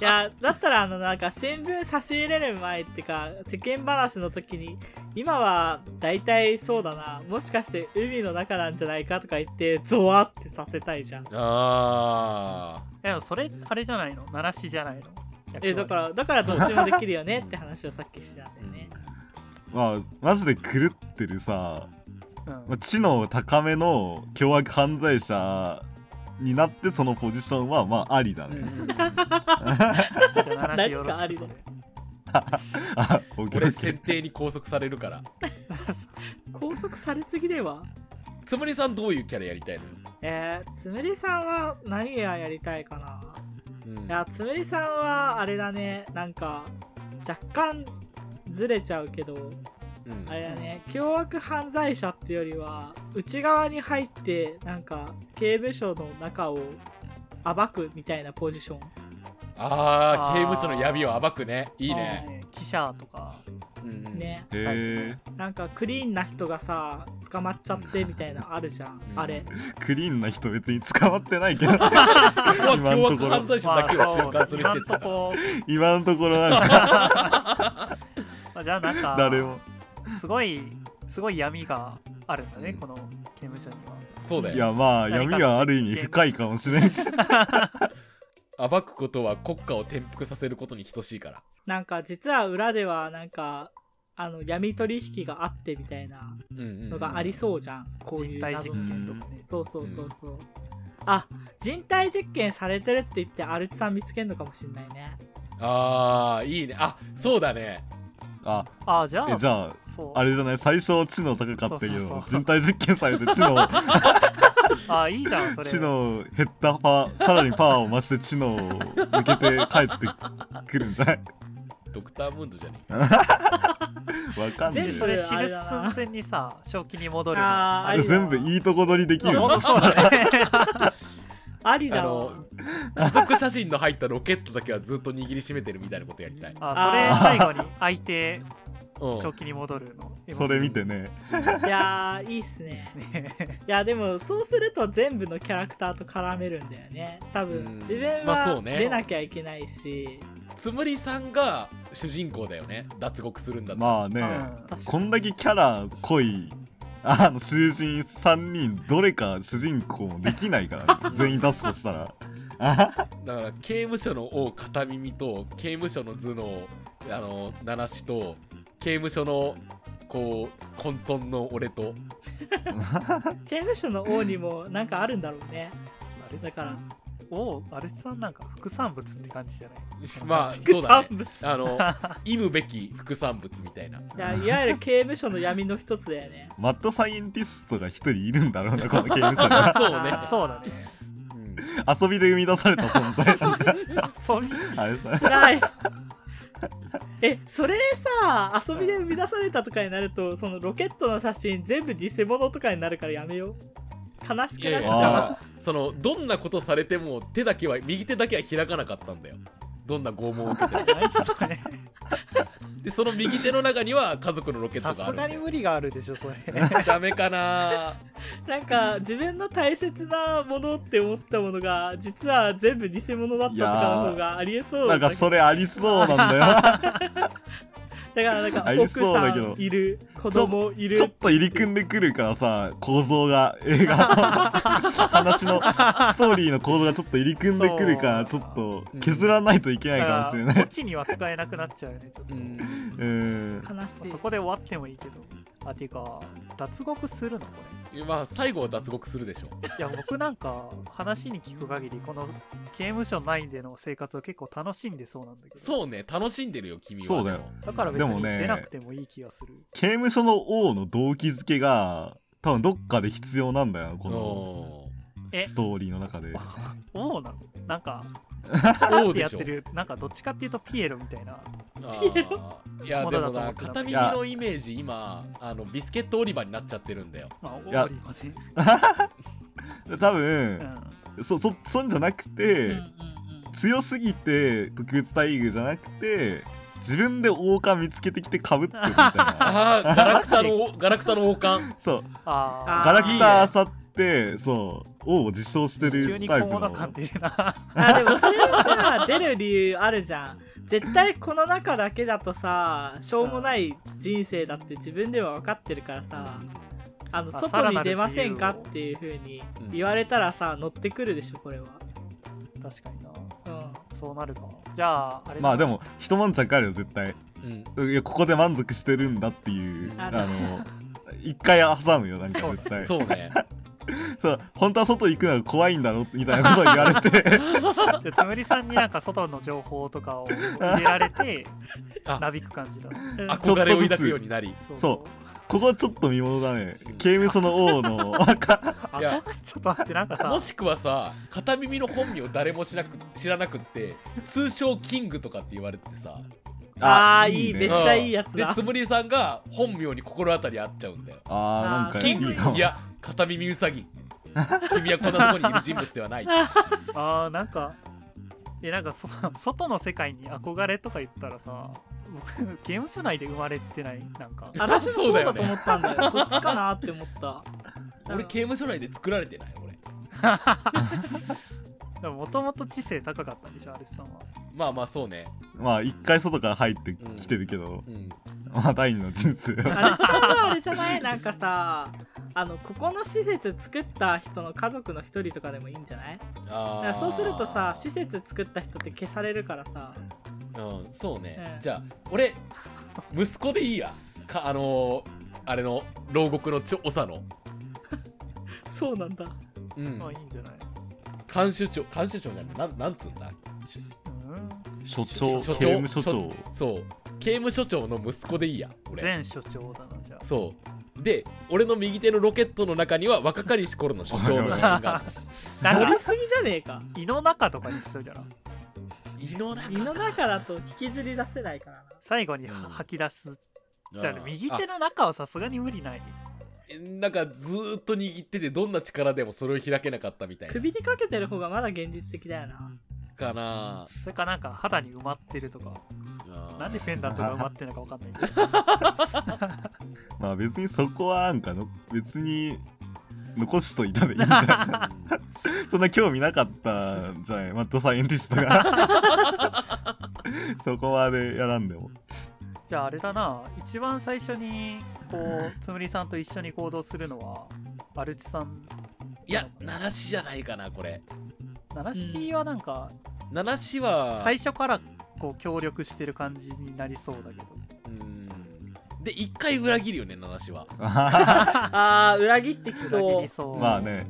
やだったらあのなんか新聞差し入れる前ってか世間話の時に今は大体そうだなもしかして海の中なんじゃないかとか言ってゾワってさせたいじゃん
あ
いやでもそれあれじゃないの鳴らしじゃないの
えだからだからどっちもできるよねって話をさっきしてたんだよ
<laughs>
ね
まあマジで狂ってるさ
ら、う
まあ
ん、
知能高めの凶悪犯罪者になってそのポジションはまあありだ
ー、う
ね。
ん
じゃあ鳴らしよろしくそれ
何か
あ、オッケ
俺
ーオッケー
選定に拘束されるから
拘束されすぎでは
つむりさんどういうキャラやりたいの、
えー、つむりさんは何がやりたいかな
うん
いやつむりさんはあれだねなんか若干ずれちゃうけど
うん
あれだね凶悪犯罪者ってよりは内側に入ってなんか刑務所の中を暴くみたいなポジション
あー
あー
刑務所の闇を暴くねいい
あー
ね、
記者とか
うんうん
ね、
へ
なんかクリーンな人がさ捕まっちゃってみたいなあるじゃん、
うん
あれ
えクリーンな人別に捕まってな
<laughs>
いけど
ここは
今
凶悪
のところ
犯罪者だけを収監する
まあ
施
そう
設だ
今
から
んとこ
今のところなんか
まあじゃあなんか
誰も
すごいすごい闇があるんだね、この刑務所には
そうだ
い
よ
やまあ
何
闇
か
はある意味深いかもしれ
<laughs>
んけど
暴くことは国家を転覆させることに等しいから
なんか実は裏ではなんかあの闇取引があってみたいな
うんうんうん
のがありそうじゃん、こういう
人体実
謎の
験とかね
そうそうそうそう、あ人体実験されてるって言ってアルチさん見つけるのかもしれないね
ああいいねあそうだね
あ
ああじゃ
え
あ
じゃあ
そう
あれじゃない最初知能高かったけ
そうそう
ど
そう
人体実験されて
<laughs>
知能
あいいじゃんそれ
知能減ったパワーさらにパワーを増して知能を抜けて帰ってくるんじ
<laughs>
ゃない
ドクタームンドじゃねえか
わかんね
全
そ
部
れ死ぬ寸前にさ正気に戻るの
あーあ
あ
り
え
れ
全部いいとこ取りできる
戻そうだ
<laughs>
ね
あり
あ
だわ
の家族写真の入ったロケットだけはずっと握りしめてるみたいなことやりたい、
あそれ最後に相手
うん
正気に戻るの
それ見てね
いやーいいっすね
ね
いやでもそうすると全部のキャラクターと絡めるんだよね多
うん
分自分
まあそ
は
うね
出なきゃいけないし、
つむりさんが主人公だよね脱獄するんだと、
まあね、
うん
確か
こんだけキャラ濃いあの囚人3人どれか主人公もできないから、ね、全員出すとした
<laughs>
らあ
だから刑務所の王片耳と刑務所の頭脳あの七子と刑務所のこう混沌の俺と
に刑務所の王にもなんかあるんだろうねだから
おアルチさんなんか副産物って感じじゃない
まあそうだねあの
<laughs>
忌むべき副産物みたいない
やいわゆる刑務所の闇の一つだよね
マッドサイエンティストが一人いるんだろうねこの刑務所に
そうね、
そうだね
うん
遊びで生み出された存在なんだ
そういう
あれさ
つらい <laughs> えそれさ遊びで生み出されたとかになるとそのロケットの写真全部偽物とかになるからやめよう悲し
い
く
や
なっ
い
ち
や
ゃう
あ
そのどんなことされても手だけは右手だけは開かなかったんだよどんな拷問を受け
<laughs>
ても
ないっすかね
でその右手の中には家族のロケッ
さ
トがあ
す
る
がに無理があるでしょそれ
ダメかな
なんか自分の大切なものって思ったものが実は全部偽物だったとかの方がありえそう
な
だ
んか
けど
それありそうなんだ
だからなんか
あり
奥
そう
さ
だけど
んいる子供い
よ
<laughs> る
ちょっと入り組んでくるからさ構造が映画の話のストーリーの構造がちょっと入り組んでくるからち
そ
ょ
う
っと削らないといけないかもしれな
こっ
い
ちには使えなくなっちゃうよねちょっと、
う
ま
ん
<laughs> うん
悲し
あ
い
そこで終わってもいいけどあていうか脱獄するのこ
まあ最後は脱獄するでしょ
れいや僕なんか話に聞く限りこの刑務所内での生活を結構楽しんでそうなんだけど
そうね楽しんでるよ君は
そうだよ
だから別
でも
に
ね
出なくてもいい気がする、
刑務所の王の動機づけが多分どっかで必要なんだよ
で
この
も
え
ストーリーの中で
王なのなんか
うん
王
王
で
で
やっ
してょ
るなんかどっちかっていうとピエロみたいな
あーいやでも
まだだ
な
と思ってた
片耳のイメージ今あのビスケットオリバーになっちゃってるんだよ
まあ
いや
王にまで、
多
う
分、
ん
そそそんじゃなく
う
て、
んうんうん
強すぎて特別待遇じゃなくて自分で王冠見つけてきてかぶってるみたい
<laughs>
な
ああガラクタのガラクタの王冠
そう
あ
ガラクタあ
ー
さってそう王を自称して
急
る
に
タ
小
イプ
物
の
感出るな
あでもそれはさ出る理由あるじゃん絶対この中だけだとさしょうもない人生だって自分では分かってるからさあの
まあ
外に出ませんかっていう風に
うん
言われたらさ乗ってくるでしょこれは、
確かにな
<laughs> うん、
そうなるかじゃああれだ
まあでも一悶着あるよ絶対
うん
いやここで満足してるんだっていう
うん
あの一回挟むよなんか
そう
絶対
そう
<laughs>
ね
そう本当は外行くのが怖いんだろみたいなことを言われて
じゃあつむりさんになんか外の情報とかを入れられて
<laughs> あ
なびく感じだ
うん
憧れを抱くようになり
そう
そここちょっと見ものだね
うん
刑務所の王の
あ
いや
ちょっと待ってなんかさ
もしくはさ片耳の本名誰も知らなく知らなくって通称キングとかって言われててさ
あーいい
め
めっちゃいいやつだ
でつむりさんが本名に心当たりあっちゃうんだよ
あーなんかい
キ
い
ング
かも
いや片耳ウサギ君はこんなとこにいる人物ではない
あーなんかえなんかそ <laughs> 外の世界に憧れとか言ったらさ僕刑務所内で生まれてないなんか
私も
そ
そうう
だ
だ
よ
と
ね
思ったんだよそっちかなって思った
俺刑務所内で作られてない俺
もともと知性高かったんでしょアレスさんは
まあまあそうね
まあ一回外から入ってきてるけど、
うん
まあ第二の人生
<laughs>
は
あれさんはあれじゃないなんかさあのここの施設作った人の家族の一人とかでもいいんじゃないだか
あ
ら
ー
そうするとさ施設作った人って消されるからさ
うんそうね、
うん
じゃあ俺息子でいいやかあのーあれの牢獄のちょ長の、
そうなんだ
うん
まあいいんじゃない
監修長監修長じゃないなんなんつうんだし
所長
所長
刑務所長
そう刑務所長の息子でいいや
うん
俺
前所長だなじゃ
そうで俺の右手のロケットの中には若かりし頃の所長の写真がある
あなん
盛り
か
すぎじゃねえか
胃の中とかにしといたら
胃の中
胃の中だと引きずり出せないからな
最後に
うん
吐き出すだから
うん
右手の中はさすがに無理ない
あなんかずーっと握っててどんな力でもそれを開けなかったみたいな
首にかけてる方がまだ現実的だよな
かな
それかなんか肌に埋まってるとか
あ
なんでペンダントが埋まってるのかわかんないけど
まあ別にそこはなんかの別に残しといたでいいんじゃない
<laughs>
そんな興味なかったんじゃないマッドサイエンティストが
<laughs>
そこまでやらんでも
じゃああれだな一番最初にこうつむりさんと一緒に行動するのはアルチさん
いや七しじゃないかなこれ
ナナシはなんか
七しは
最初からこう協力してる感じになりそうだけど
うんで一回裏切るよね七しは
あー裏切ってき
裏切
そう
りそう
まあね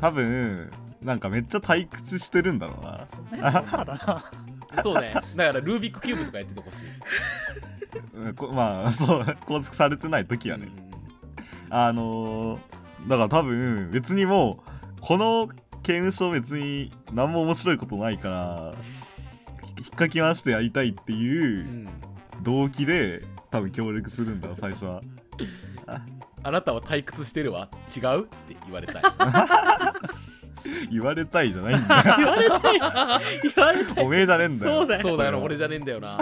多分なんかめっちゃ退屈してるんだろうな
あそんなやつバカだな
そうねだからルービックキューブとかやっててほしい
うんこまあそう拘束されてない時はね、あのーだから多分別にもうこの刑務所別に何も面白いことないからひ引っかき回してやりたいって
う
い
んう
うん動機で多分協力するんだろう最初は
<laughs> あなたは退屈してるわ違うって言われたい
言われたいじゃない
<laughs>
んだよ
言われたい言われたい
おめえじゃねえんだよ
そうだよ
そうだよな俺じゃねえんだよな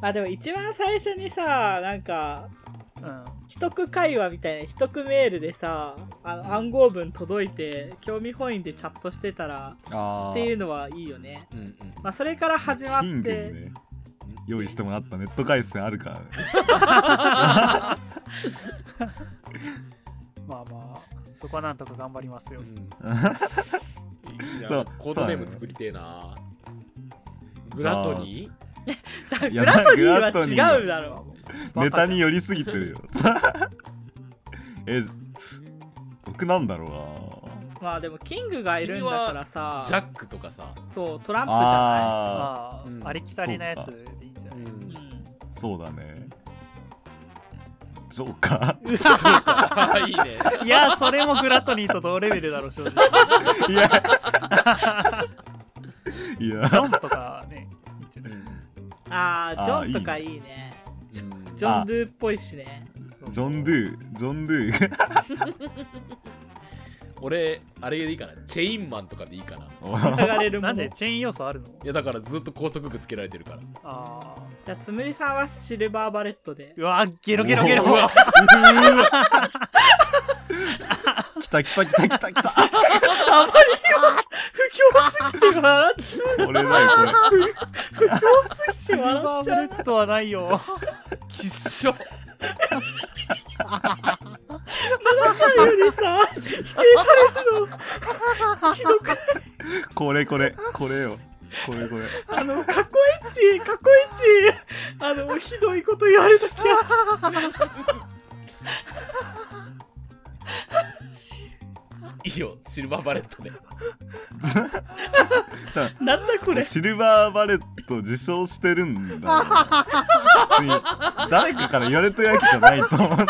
あでも一番最初にさなんか
うん
秘匿会話みたいな秘匿メールでさあの暗号文届いて興味本位でチャットしてたら
あー
っていうのはいいよね
うんうん
まあそれから始まっ
金魚に
て
ね用意してもらったネット回線ある <laughs> からね
まあまあそこはなんとか頑張りますよ、
うんいや
そう
コードネーム作りてえなグラトニ
だ
い
グ
や
ラトニ
グラト
ー
ニー
は
は
違うだろ
ネタに寄りすぎてる <laughs> よえ僕なんだろうな
まあでもキングがいるんだからさ
ージャックとかさ、
そうトランプじゃ
あ
ああ、
うん
ありきたりなやつ
そう
でいいんじゃ
う
ない、
ない、うんん、
あそうだねジョー
<laughs>
カ
<laughs> いいね
いやそれもグラトニーと同レベルだろ正直
ーいやいや
ジョンとかねいいんじゃない
ああジ
あー
ョンとかいいね
うん
ジョンドゥっぽいしね
そう
ジョン・ドゥジョン・ドゥ <laughs>
俺あれでいいかなチェインマンとかでいいかない
お
疑れるも
な
の
んで
じ
チェーン要素あるの
やだからずっと高速具つけられてるから
ああ
ゃあつむりさんはシルバーバレッ
<laughs>
トで
うわゲロゲロゲロ
うわうわ来た来た来た来た来た
不評すぎて笑っちゃ
俺ないこれ
シルバーブレッドはないよ
きっしょ
うよりさ否定されるのひどくない
これこれこれよこれこれ
あの過去一過去一あのひどいこと言われた気が
いいよシルバーバレットで
なんだこれ
シルバーバレット受賞してるんだよ別に誰かから言われてるわけじゃないと思って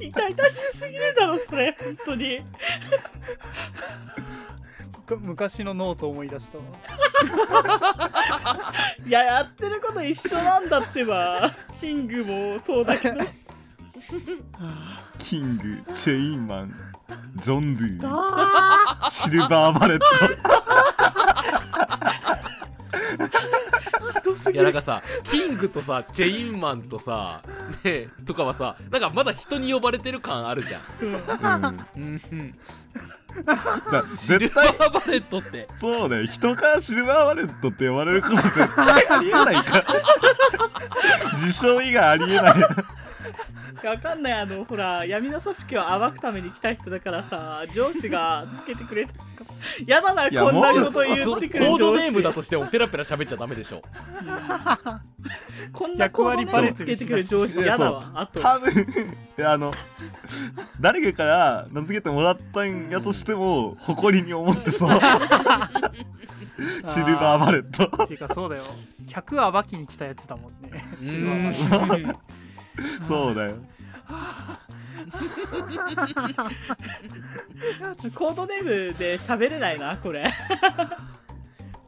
痛々しすぎるだろそれ本当に
昔のノート思い出したわ
いややってること一緒なんだってばキングもそうだけど
キングチェインマンジョン・ドゥシルバーバレット
ひどす
い
ぎ
やなん
る
かさキングとさチェインマンとさねえとかはさなんかまだ人に呼ばれてる感あるじゃん、
うん
うんうん、
だ
シル
絶
バ
対
ーバレットって
そうだよ人からシルバーバレットって呼ばれること絶対ありえない
<laughs>
から受賞以外ありえない
わかんないあのほら闇の組織を暴くために来た人だからさ上司がつけてくれたかやだない
や
こんなこと
あ
言
そう
ってく
コ
る
ード
上
ネームだ
司
としてもペラペラ喋っちゃダメでしょ
こんなコードネームつけてくる上司やだわあと
多分いやあの誰かから名付けてもらったんやとしても、誇りに思っ
<laughs>
てそうシルバーバレット
っていうかそうだよ100暴きに来たやつだもんね <laughs>
う
シルバーバレッ
ん
そうだよ
コードネームで喋れないなこれ
ド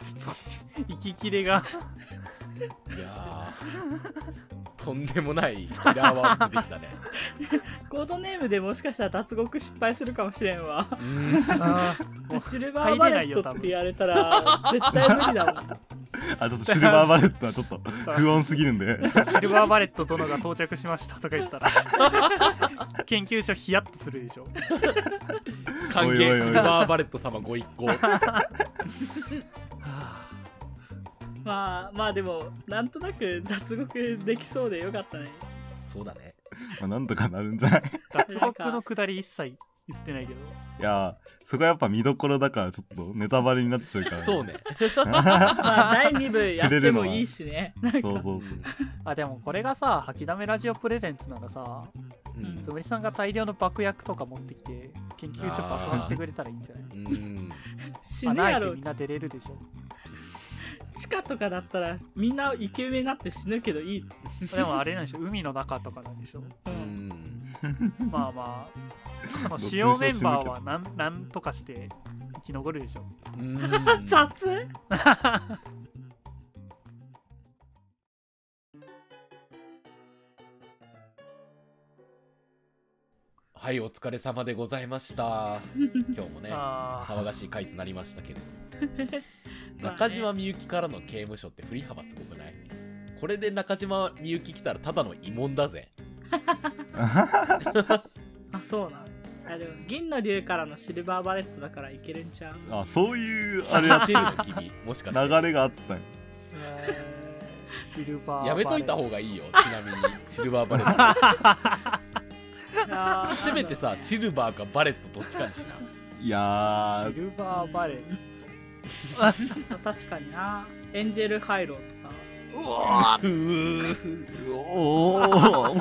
ちょっと息切れが
いやーとんでもないキラーワード出てきたね
コードネームでもしかしたら脱獄失敗するかもしれんわ
うん
あ
シルバーバレットって言われたら絶対無理だもん
あちょっとシルバーバレットはちょっと
<laughs>
不穏すぎるんで
ーシルバーバレット殿が到着しましたとか言ったら <laughs> 研究所ヒヤッとするでしょ
関係シルバーバレット様ご一行
まあまあでもなんとなく脱獄できそうでよかったね
そうだね
まあなんとかなるんじゃない
脱獄のくだり一切言ってないけど
いやそこはやっぱ見どころだからちょっとネタバレになっちゃうから、
そうね
まあ第2部やってもいいしね
そうそうそう
あでもこれがさ吐きだめラジオプレゼンツならさ
うん
つむりさんが大量の爆薬とか持ってきて研究所爆破してくれたらいいんじゃない
うん
死
まあ
ぬや
ないで
ろ
みんな出れるでしょ
地下とかだったらみんな生き埋めになって死ぬけどいい、
<laughs> でもあれなんでしょ海の中とかなんでしょ
う、
うんん
まあまあこの
どっち
主
にしろ
要メンバーはなんなんとかして生き残るでしょ
うん
雑
<laughs> はいお疲れ様でございました今日もね
あー
騒がしい回となりましたけれど
<laughs> まあね
中島みゆきからの刑務所って振り幅すごくないこれで中島みゆき来たらただの慰問だぜ
あそうなんあでも銀の竜からのシルバーバレットだからいけるんちゃ <laughs> う
あそういうあ
あれ
れ
や
やっ
ってるの君もしかして
流れがあったんや
えーシルバー
やめといた
が
方がいいよちなみにシルバーバレッ
あ
トせめて
ー
さシルバーかバレットどっちかにしない
や
シルバーバレー
あ確かになエンジェルハイローとか
ーうわ
うー
ーおお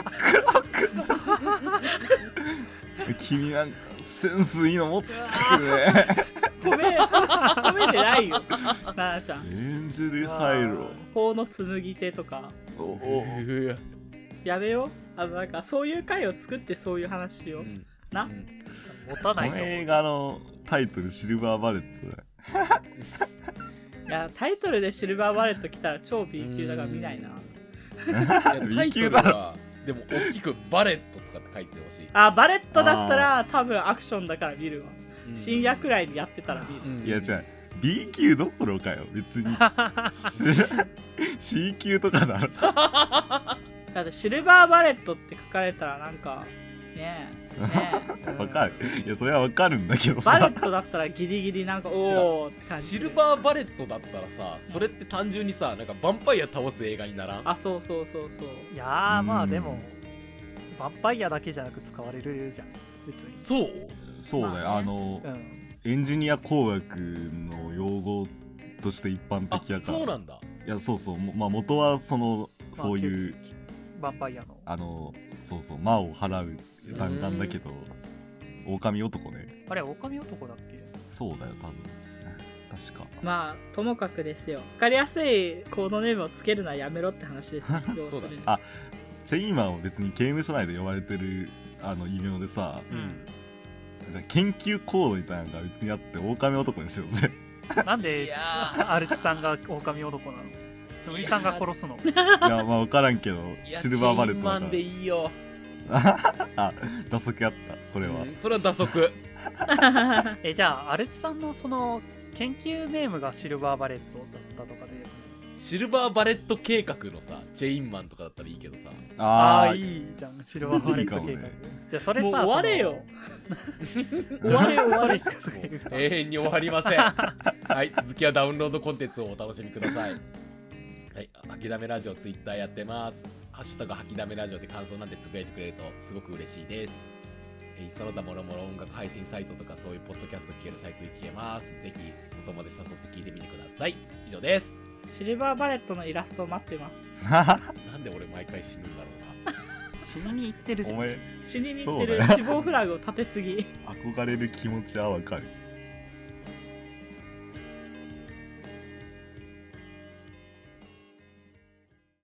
君はセンスいいの持ってくるね
褒め褒めてないよななちゃん
エンジェルハイロ
法の紡手とか
ーおお
うー
やめようあのなんかそういう回を作ってそういう話しよ
う
うんな、
うん
持た
こ
ない
の
と <laughs> 思う
映画のタイトルシルバーバレットだよ
いやタイトルでシルバーバレット来たら超 B 級だから見ないな
<laughs>
タイトルはでも大きくバレットとかって書いてほしい
あバレットだったら多分アクションだから見るわ
うん
新薬来でやってたら見る
うん
いや違う B 級どころかよ別に C 級とかだろ
だってシルバーバレットって書かれたらなんかねえね
<laughs>
え、うん
わかるいやそれはわかるんだけど
バレ
さ
ットだったらギリギリなんかおーって感じ
シルバーバレットだったらさそれって単純にさなんかヴァンパイア倒す映画にならん
あそうそうそうそう
いやーま
う
あ
ん
でもヴァンパイアだけじゃなく使われるじゃん別に
そう
そうだよ
まあね
あの
うん
エンジニア工学の用語として一般
あ
的やから
そうなんだ
いやそうそうもまあ元はそのそういう
ヴァンパイアの
あのそうそう魔を払う弾丸だけど狼男ね
あれ狼男だっけ
そうだよ多分確か
まあともかくですよ分かりやすいコードネームをつけるのはやめろって話
<laughs>
ですね要するに
あチェインマンは別に刑務所内で呼ばれてるあの異名でさ
うん
なんか研究行動みたいなのが別にあって狼男にしよ
<laughs>
うぜ
なん
い
で
や
アルチさんが狼男なのつむりさんが殺すの
いやまあ分からんけど
いや
シルバーバレッ
チェイ
ト
ンマンで
だ
いいよ
からあ打足やったこれは、
うんそれは打足
えじゃあアルチさんのその研究ネームがシルバーバレットだったとかで
シルバーバレット計画のさチェインマンとかだったらいいけどさ
あ
あ
あーいいじゃんシルバーバレット
い
計
いか
画
もね
じゃあそれさ
もう終われよ
<laughs> 終われ終われ
<laughs>
永遠に終わりませんはい続きはダウンロードコンテンツをお楽しみくださいはい吐きだめラジオツイッターやってますハッシュタグ吐きだめラジオで感想なんてつぶやいてくれるとすごく嬉しいですえーその他もろもろ音楽配信サイトとかそういうポッドキャスト聞けるサイトで聞けますぜひお友達誘って聞いてみてください以上です
<laughs> シルバーバレットのイラストを待ってます
なんで俺毎回死ぬんだろ
死にに行ってるじゃ
お
ん
前
死にに行ってる
そうだ
死亡フラグを立てすぎ
憧れる気持ちはわかる